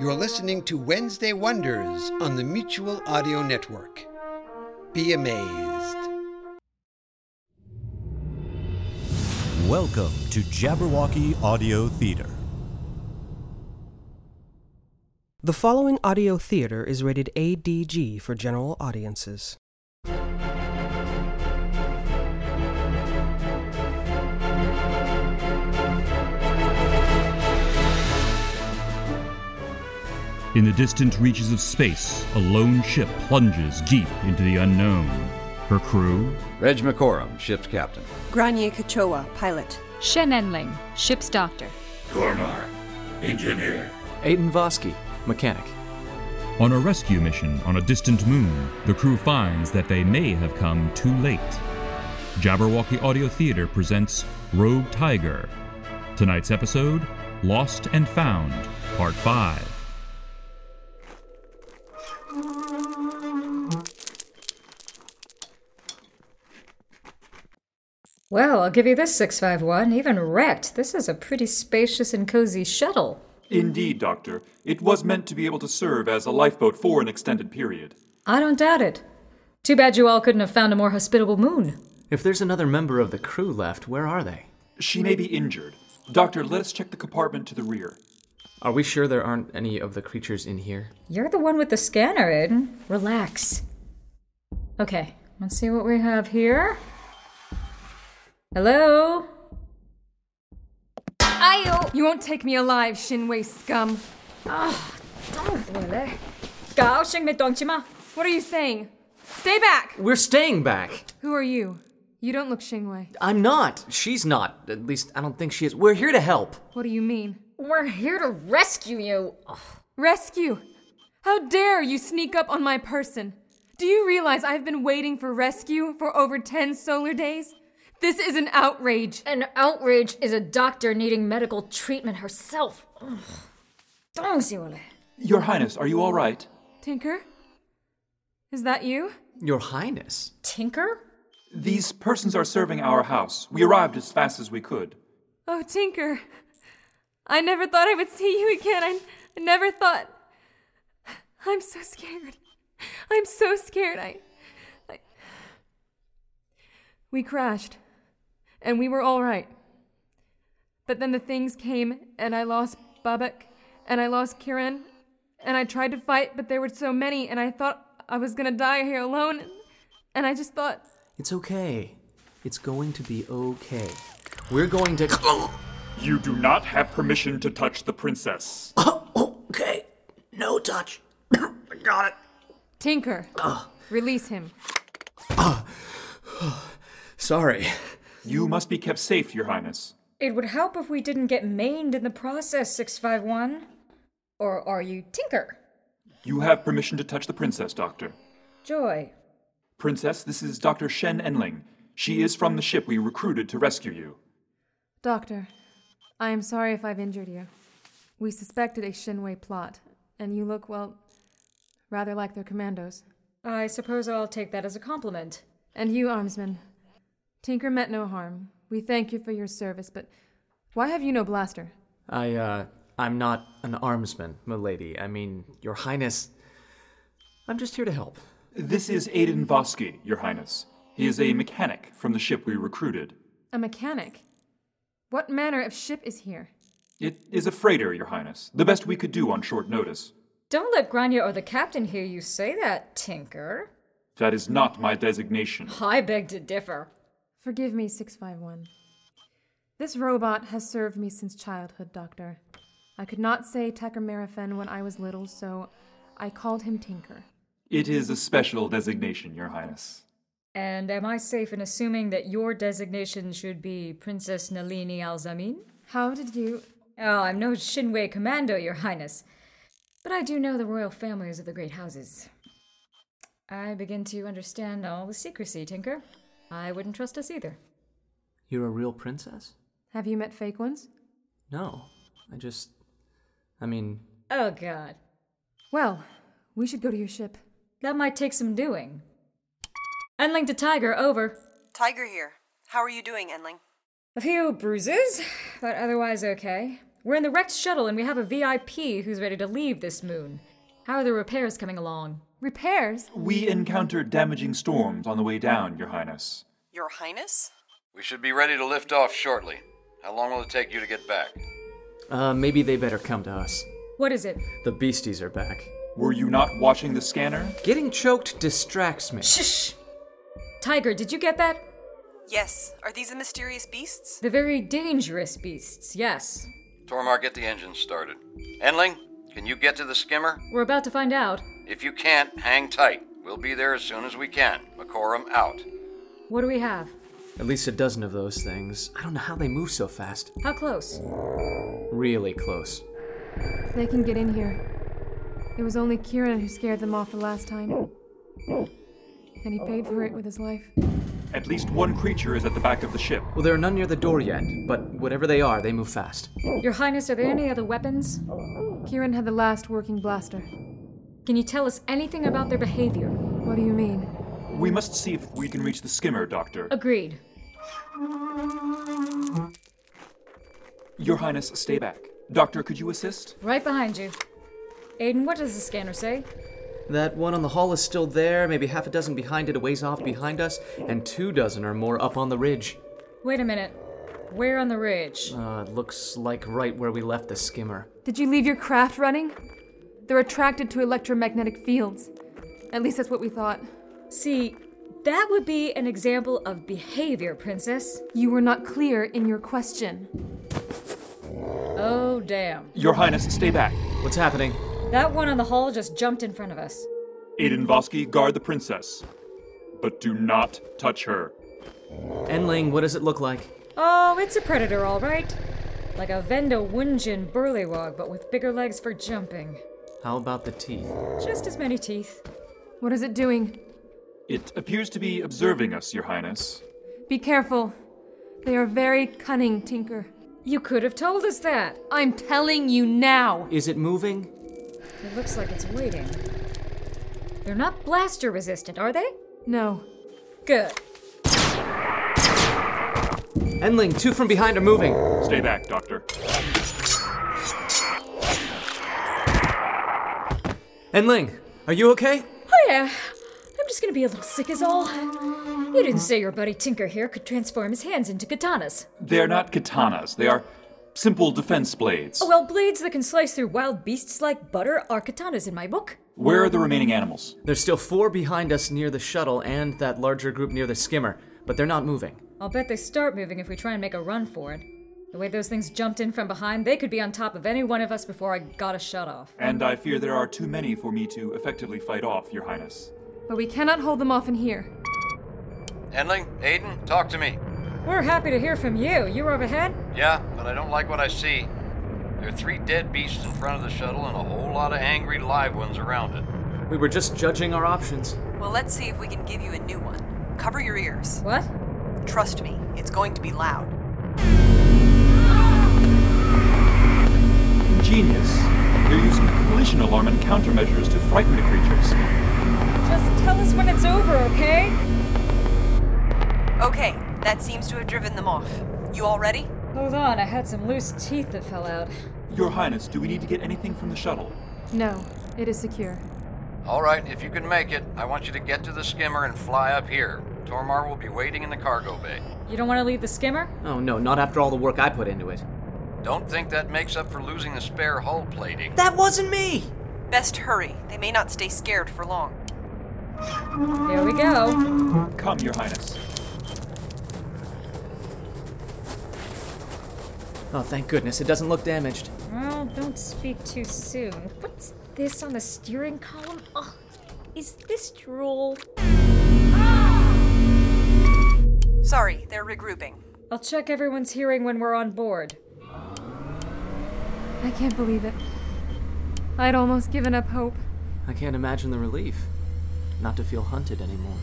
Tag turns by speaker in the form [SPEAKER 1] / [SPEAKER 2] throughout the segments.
[SPEAKER 1] You're listening to Wednesday Wonders on the Mutual Audio Network. Be amazed.
[SPEAKER 2] Welcome to Jabberwocky Audio Theater.
[SPEAKER 3] The following audio theater is rated ADG for general audiences.
[SPEAKER 4] In the distant reaches of space, a lone ship plunges deep into the unknown. Her crew,
[SPEAKER 5] Reg McCorum, ship's captain.
[SPEAKER 6] Grania Kachowa, pilot.
[SPEAKER 7] Shen Enling, ship's doctor.
[SPEAKER 8] Gormar, engineer.
[SPEAKER 9] Aiden Vosky, mechanic.
[SPEAKER 4] on a rescue mission on a distant moon, the crew finds that they may have come too late. Jabberwocky Audio Theater presents Rogue Tiger. Tonight's episode Lost and Found, Part 5.
[SPEAKER 10] Well, I'll give you this 651. Even wrecked, this is a pretty spacious and cozy shuttle.
[SPEAKER 8] Indeed, Doctor. It was meant to be able to serve as a lifeboat for an extended period.
[SPEAKER 10] I don't doubt it. Too bad you all couldn't have found a more hospitable moon.
[SPEAKER 9] If there's another member of the crew left, where are they?
[SPEAKER 8] She may be injured. Doctor, let us check the compartment to the rear.
[SPEAKER 9] Are we sure there aren't any of the creatures in here?
[SPEAKER 10] You're the one with the scanner, Aiden. Relax. Okay, let's see what we have here. Hello?
[SPEAKER 6] Ayo! You won't take me alive, Shinwei scum.
[SPEAKER 10] Ah,
[SPEAKER 6] What are you saying? Stay back!
[SPEAKER 9] We're staying back!
[SPEAKER 6] Who are you? You don't look Shinwei.
[SPEAKER 9] I'm not! She's not. At least, I don't think she is. We're here to help!
[SPEAKER 6] What do you mean?
[SPEAKER 10] We're here to rescue you. Ugh,
[SPEAKER 6] Rescue! How dare you sneak up on my person? Do you realize I've been waiting for rescue for over 10 solar days? This is an outrage.
[SPEAKER 10] An outrage is a doctor needing medical treatment herself. Ugh. Don't, Siwale.
[SPEAKER 8] Your Highness, are you all right?
[SPEAKER 6] Tinker? Is that you?
[SPEAKER 9] Your Highness.
[SPEAKER 10] Tinker?
[SPEAKER 8] These persons are serving our house. We arrived as fast as we could.
[SPEAKER 6] Oh, Tinker. I never thought I would see you again. I, I never thought. I'm so scared. I'm so scared. I, I. We crashed, and we were all right. But then the things came, and I lost Babak, and I lost Kiran, and I tried to fight, but there were so many, and I thought I was gonna die here alone, and I just thought.
[SPEAKER 9] It's okay. It's going to be okay. We're going to.
[SPEAKER 8] You do not have permission to touch the princess.
[SPEAKER 9] okay. No touch. Got it.
[SPEAKER 6] Tinker, release him.
[SPEAKER 9] Sorry.
[SPEAKER 8] You must be kept safe, Your Highness.
[SPEAKER 10] It would help if we didn't get maimed in the process, 651. Or are you Tinker?
[SPEAKER 8] You have permission to touch the princess, Doctor.
[SPEAKER 10] Joy.
[SPEAKER 8] Princess, this is Dr. Shen Enling. She is from the ship we recruited to rescue you.
[SPEAKER 6] Doctor, I am sorry if I've injured you. We suspected a Shinwei plot, and you look, well, rather like their commandos.
[SPEAKER 10] I suppose I'll take that as a compliment.
[SPEAKER 6] And you, Armsman. Tinker meant no harm. We thank you for your service, but why have you no blaster?
[SPEAKER 9] I, uh, I'm not an armsman, milady. I mean, Your Highness. I'm just here to help.
[SPEAKER 8] This is Aidan Vosky, Your Highness. He is a mechanic from the ship we recruited.
[SPEAKER 6] A mechanic? What manner of ship is here?
[SPEAKER 8] It is a freighter, Your Highness. The best we could do on short notice.
[SPEAKER 10] Don't let Grania or the captain hear you say that, Tinker.
[SPEAKER 8] That is not my designation.
[SPEAKER 10] I beg to differ.
[SPEAKER 6] Forgive me, 651. This robot has served me since childhood, Doctor. I could not say Takamarafen when I was little, so I called him Tinker.
[SPEAKER 8] It is a special designation, Your Highness.
[SPEAKER 10] And am I safe in assuming that your designation should be Princess Nalini Alzamin?
[SPEAKER 6] How did you.
[SPEAKER 10] Oh, I'm no Shinwei commando, your highness. But I do know the royal families of the great houses. I begin to understand all the secrecy, Tinker. I wouldn't trust us either.
[SPEAKER 9] You're a real princess?
[SPEAKER 6] Have you met fake ones?
[SPEAKER 9] No. I just. I mean,
[SPEAKER 10] Oh, God.
[SPEAKER 6] Well, we should go to your ship.
[SPEAKER 10] That might take some doing. Unlink to Tiger, over.
[SPEAKER 11] Tiger here. How are you doing, Enling?
[SPEAKER 10] A few bruises, but otherwise okay. We're in the wrecked shuttle and we have a VIP who's ready to leave this moon. How are the repairs coming along?
[SPEAKER 6] Repairs?
[SPEAKER 8] We encountered damaging storms on the way down, Your Highness.
[SPEAKER 11] Your Highness?
[SPEAKER 5] We should be ready to lift off shortly. How long will it take you to get back?
[SPEAKER 9] Uh, maybe they better come to us.
[SPEAKER 10] What is it?
[SPEAKER 9] The beasties are back.
[SPEAKER 8] Were you not watching the scanner?
[SPEAKER 9] Getting choked distracts me.
[SPEAKER 10] Shh! Tiger, did you get that?
[SPEAKER 11] Yes. Are these the mysterious beasts?
[SPEAKER 10] The very dangerous beasts, yes.
[SPEAKER 5] Tormar, get the engine started. Enling, can you get to the skimmer?
[SPEAKER 10] We're about to find out.
[SPEAKER 5] If you can't, hang tight. We'll be there as soon as we can. Macorum out.
[SPEAKER 10] What do we have?
[SPEAKER 9] At least a dozen of those things. I don't know how they move so fast.
[SPEAKER 10] How close?
[SPEAKER 9] Really close.
[SPEAKER 6] They can get in here. It was only Kieran who scared them off the last time. And he paid for it with his life.
[SPEAKER 8] At least one creature is at the back of the ship.
[SPEAKER 9] Well, there are none near the door yet, but whatever they are, they move fast.
[SPEAKER 10] Your Highness, are there any other weapons?
[SPEAKER 6] Kieran had the last working blaster.
[SPEAKER 10] Can you tell us anything about their behavior?
[SPEAKER 6] What do you mean?
[SPEAKER 8] We must see if we can reach the skimmer, Doctor.
[SPEAKER 10] Agreed.
[SPEAKER 8] Your Highness, stay back. Doctor, could you assist?
[SPEAKER 10] Right behind you. Aiden, what does the scanner say?
[SPEAKER 9] That one on the hall is still there, maybe half a dozen behind it, a ways off behind us, and two dozen or more up on the ridge.
[SPEAKER 10] Wait a minute. Where on the ridge?
[SPEAKER 9] Uh, it looks like right where we left the skimmer.
[SPEAKER 6] Did you leave your craft running? They're attracted to electromagnetic fields. At least that's what we thought.
[SPEAKER 10] See, that would be an example of behavior, Princess.
[SPEAKER 6] You were not clear in your question.
[SPEAKER 10] Oh, damn.
[SPEAKER 8] Your Highness, stay back.
[SPEAKER 9] What's happening?
[SPEAKER 10] That one on the hall just jumped in front of us.
[SPEAKER 8] Aiden Vosky, guard the princess. But do not touch her.
[SPEAKER 9] Enling, what does it look like?
[SPEAKER 10] Oh, it's a predator, all right. Like a Venda Wunjin Burlywog, but with bigger legs for jumping.
[SPEAKER 9] How about the teeth?
[SPEAKER 10] Just as many teeth.
[SPEAKER 6] What is it doing?
[SPEAKER 8] It appears to be observing us, Your Highness.
[SPEAKER 6] Be careful. They are very cunning, Tinker.
[SPEAKER 10] You could have told us that.
[SPEAKER 6] I'm telling you now.
[SPEAKER 9] Is it moving?
[SPEAKER 10] It looks like it's waiting. They're not blaster resistant, are they?
[SPEAKER 6] No.
[SPEAKER 10] Good.
[SPEAKER 9] Enling, two from behind are moving.
[SPEAKER 8] Stay back, Doctor.
[SPEAKER 9] Enling, are you okay?
[SPEAKER 10] Oh, yeah. I'm just gonna be a little sick as all. You didn't say your buddy Tinker here could transform his hands into katanas.
[SPEAKER 8] They're not katanas, they are simple defense blades.
[SPEAKER 10] Oh, well, blades that can slice through wild beasts like butter are katanas in my book.
[SPEAKER 8] Where are the remaining animals?
[SPEAKER 9] There's still four behind us near the shuttle and that larger group near the skimmer, but they're not moving.
[SPEAKER 10] I'll bet they start moving if we try and make a run for it. The way those things jumped in from behind, they could be on top of any one of us before I got a shut off.
[SPEAKER 8] And I fear there are too many for me to effectively fight off, Your Highness.
[SPEAKER 6] But we cannot hold them off in here.
[SPEAKER 5] Enling, Aiden, talk to me.
[SPEAKER 10] We're happy to hear from you. You were overhead?
[SPEAKER 5] Yeah, but I don't like what I see. There are three dead beasts in front of the shuttle and a whole lot of angry live ones around it.
[SPEAKER 9] We were just judging our options.
[SPEAKER 11] Well, let's see if we can give you a new one. Cover your ears.
[SPEAKER 10] What?
[SPEAKER 11] Trust me, it's going to be loud.
[SPEAKER 8] Ingenious. They're using collision alarm and countermeasures to frighten the creatures.
[SPEAKER 10] Just tell us when it's over, okay?
[SPEAKER 11] Okay, that seems to have driven them off. You all ready?
[SPEAKER 10] Hold on, I had some loose teeth that fell out.
[SPEAKER 8] Your Highness, do we need to get anything from the shuttle?
[SPEAKER 6] No, it is secure.
[SPEAKER 5] All right, if you can make it, I want you to get to the skimmer and fly up here. Tormar will be waiting in the cargo bay.
[SPEAKER 10] You don't want to leave the skimmer?
[SPEAKER 9] Oh no, not after all the work I put into it.
[SPEAKER 5] Don't think that makes up for losing the spare hull plating.
[SPEAKER 9] That wasn't me!
[SPEAKER 11] Best hurry. They may not stay scared for long.
[SPEAKER 10] Here we go.
[SPEAKER 8] Come, Your Highness.
[SPEAKER 9] Oh, thank goodness, it doesn't look damaged.
[SPEAKER 10] Well, don't speak too soon. What's this on the steering column? Oh, is this drool?
[SPEAKER 11] Sorry, they're regrouping.
[SPEAKER 10] I'll check everyone's hearing when we're on board.
[SPEAKER 6] I can't believe it. I'd almost given up hope.
[SPEAKER 9] I can't imagine the relief. Not to feel hunted anymore.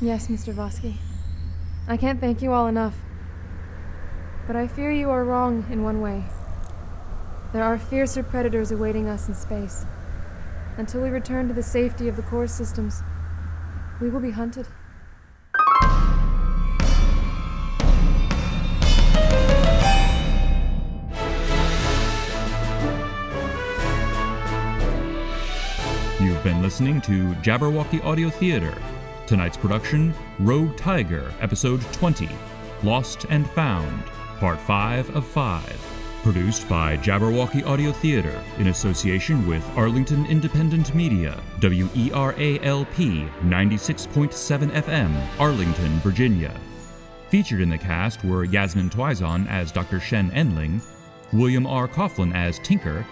[SPEAKER 6] Yes, Mr. Vosky. I can't thank you all enough. But I fear you are wrong in one way. There are fiercer predators awaiting us in space. Until we return to the safety of the core systems, we will be hunted.
[SPEAKER 4] been listening to Jabberwocky Audio Theater. Tonight's production Rogue Tiger, Episode 20 Lost and Found, Part 5 of 5. Produced by Jabberwocky Audio Theater in association with Arlington Independent Media, E WERALP 96.7 FM, Arlington, Virginia. Featured in the cast were Yasmin Twizon as Dr. Shen Enling, William R. Coughlin as Tinker,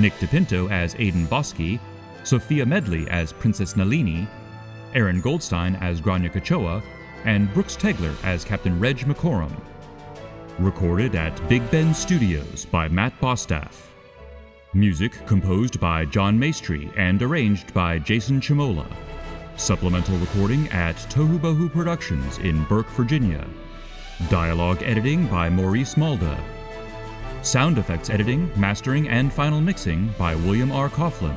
[SPEAKER 4] Nick DePinto as Aidan Bosky, Sophia Medley as Princess Nalini, Aaron Goldstein as Grania Kachoa, and Brooks Tegler as Captain Reg McCorum. Recorded at Big Ben Studios by Matt Bostaff. Music composed by John Maestri and arranged by Jason Chimola. Supplemental recording at Tohubohu Productions in Burke, Virginia. Dialogue editing by Maurice Malda. Sound effects editing, mastering, and final mixing by William R. Coughlin.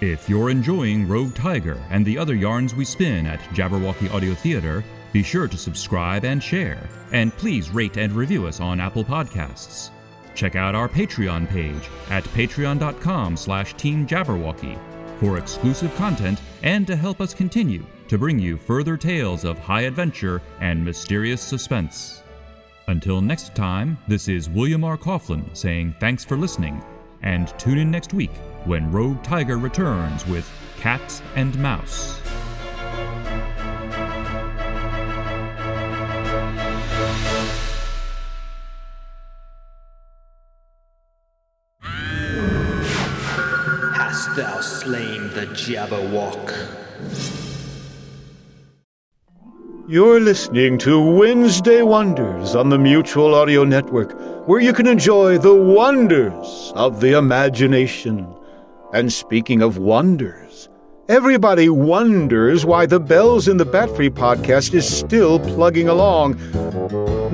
[SPEAKER 4] If you're enjoying Rogue Tiger and the other yarns we spin at Jabberwocky Audio Theater, be sure to subscribe and share, and please rate and review us on Apple Podcasts. Check out our Patreon page at patreon.com slash teamjabberwocky for exclusive content and to help us continue to bring you further tales of high adventure and mysterious suspense. Until next time, this is William R. Coughlin saying thanks for listening, and tune in next week when Rogue Tiger returns with Cat and Mouse.
[SPEAKER 12] Hast thou slain the Jabberwock?
[SPEAKER 13] You're listening to Wednesday Wonders on the Mutual Audio Network, where you can enjoy the wonders of the imagination. And speaking of wonders, everybody wonders why the Bells in the Bat Free podcast is still plugging along,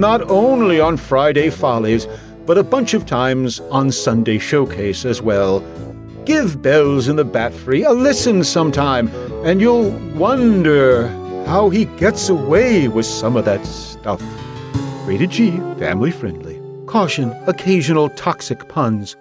[SPEAKER 13] not only on Friday Follies, but a bunch of times on Sunday Showcase as well. Give Bells in the Bat Free a listen sometime, and you'll wonder how he gets away with some of that stuff. Rated G, family friendly. Caution, occasional toxic puns.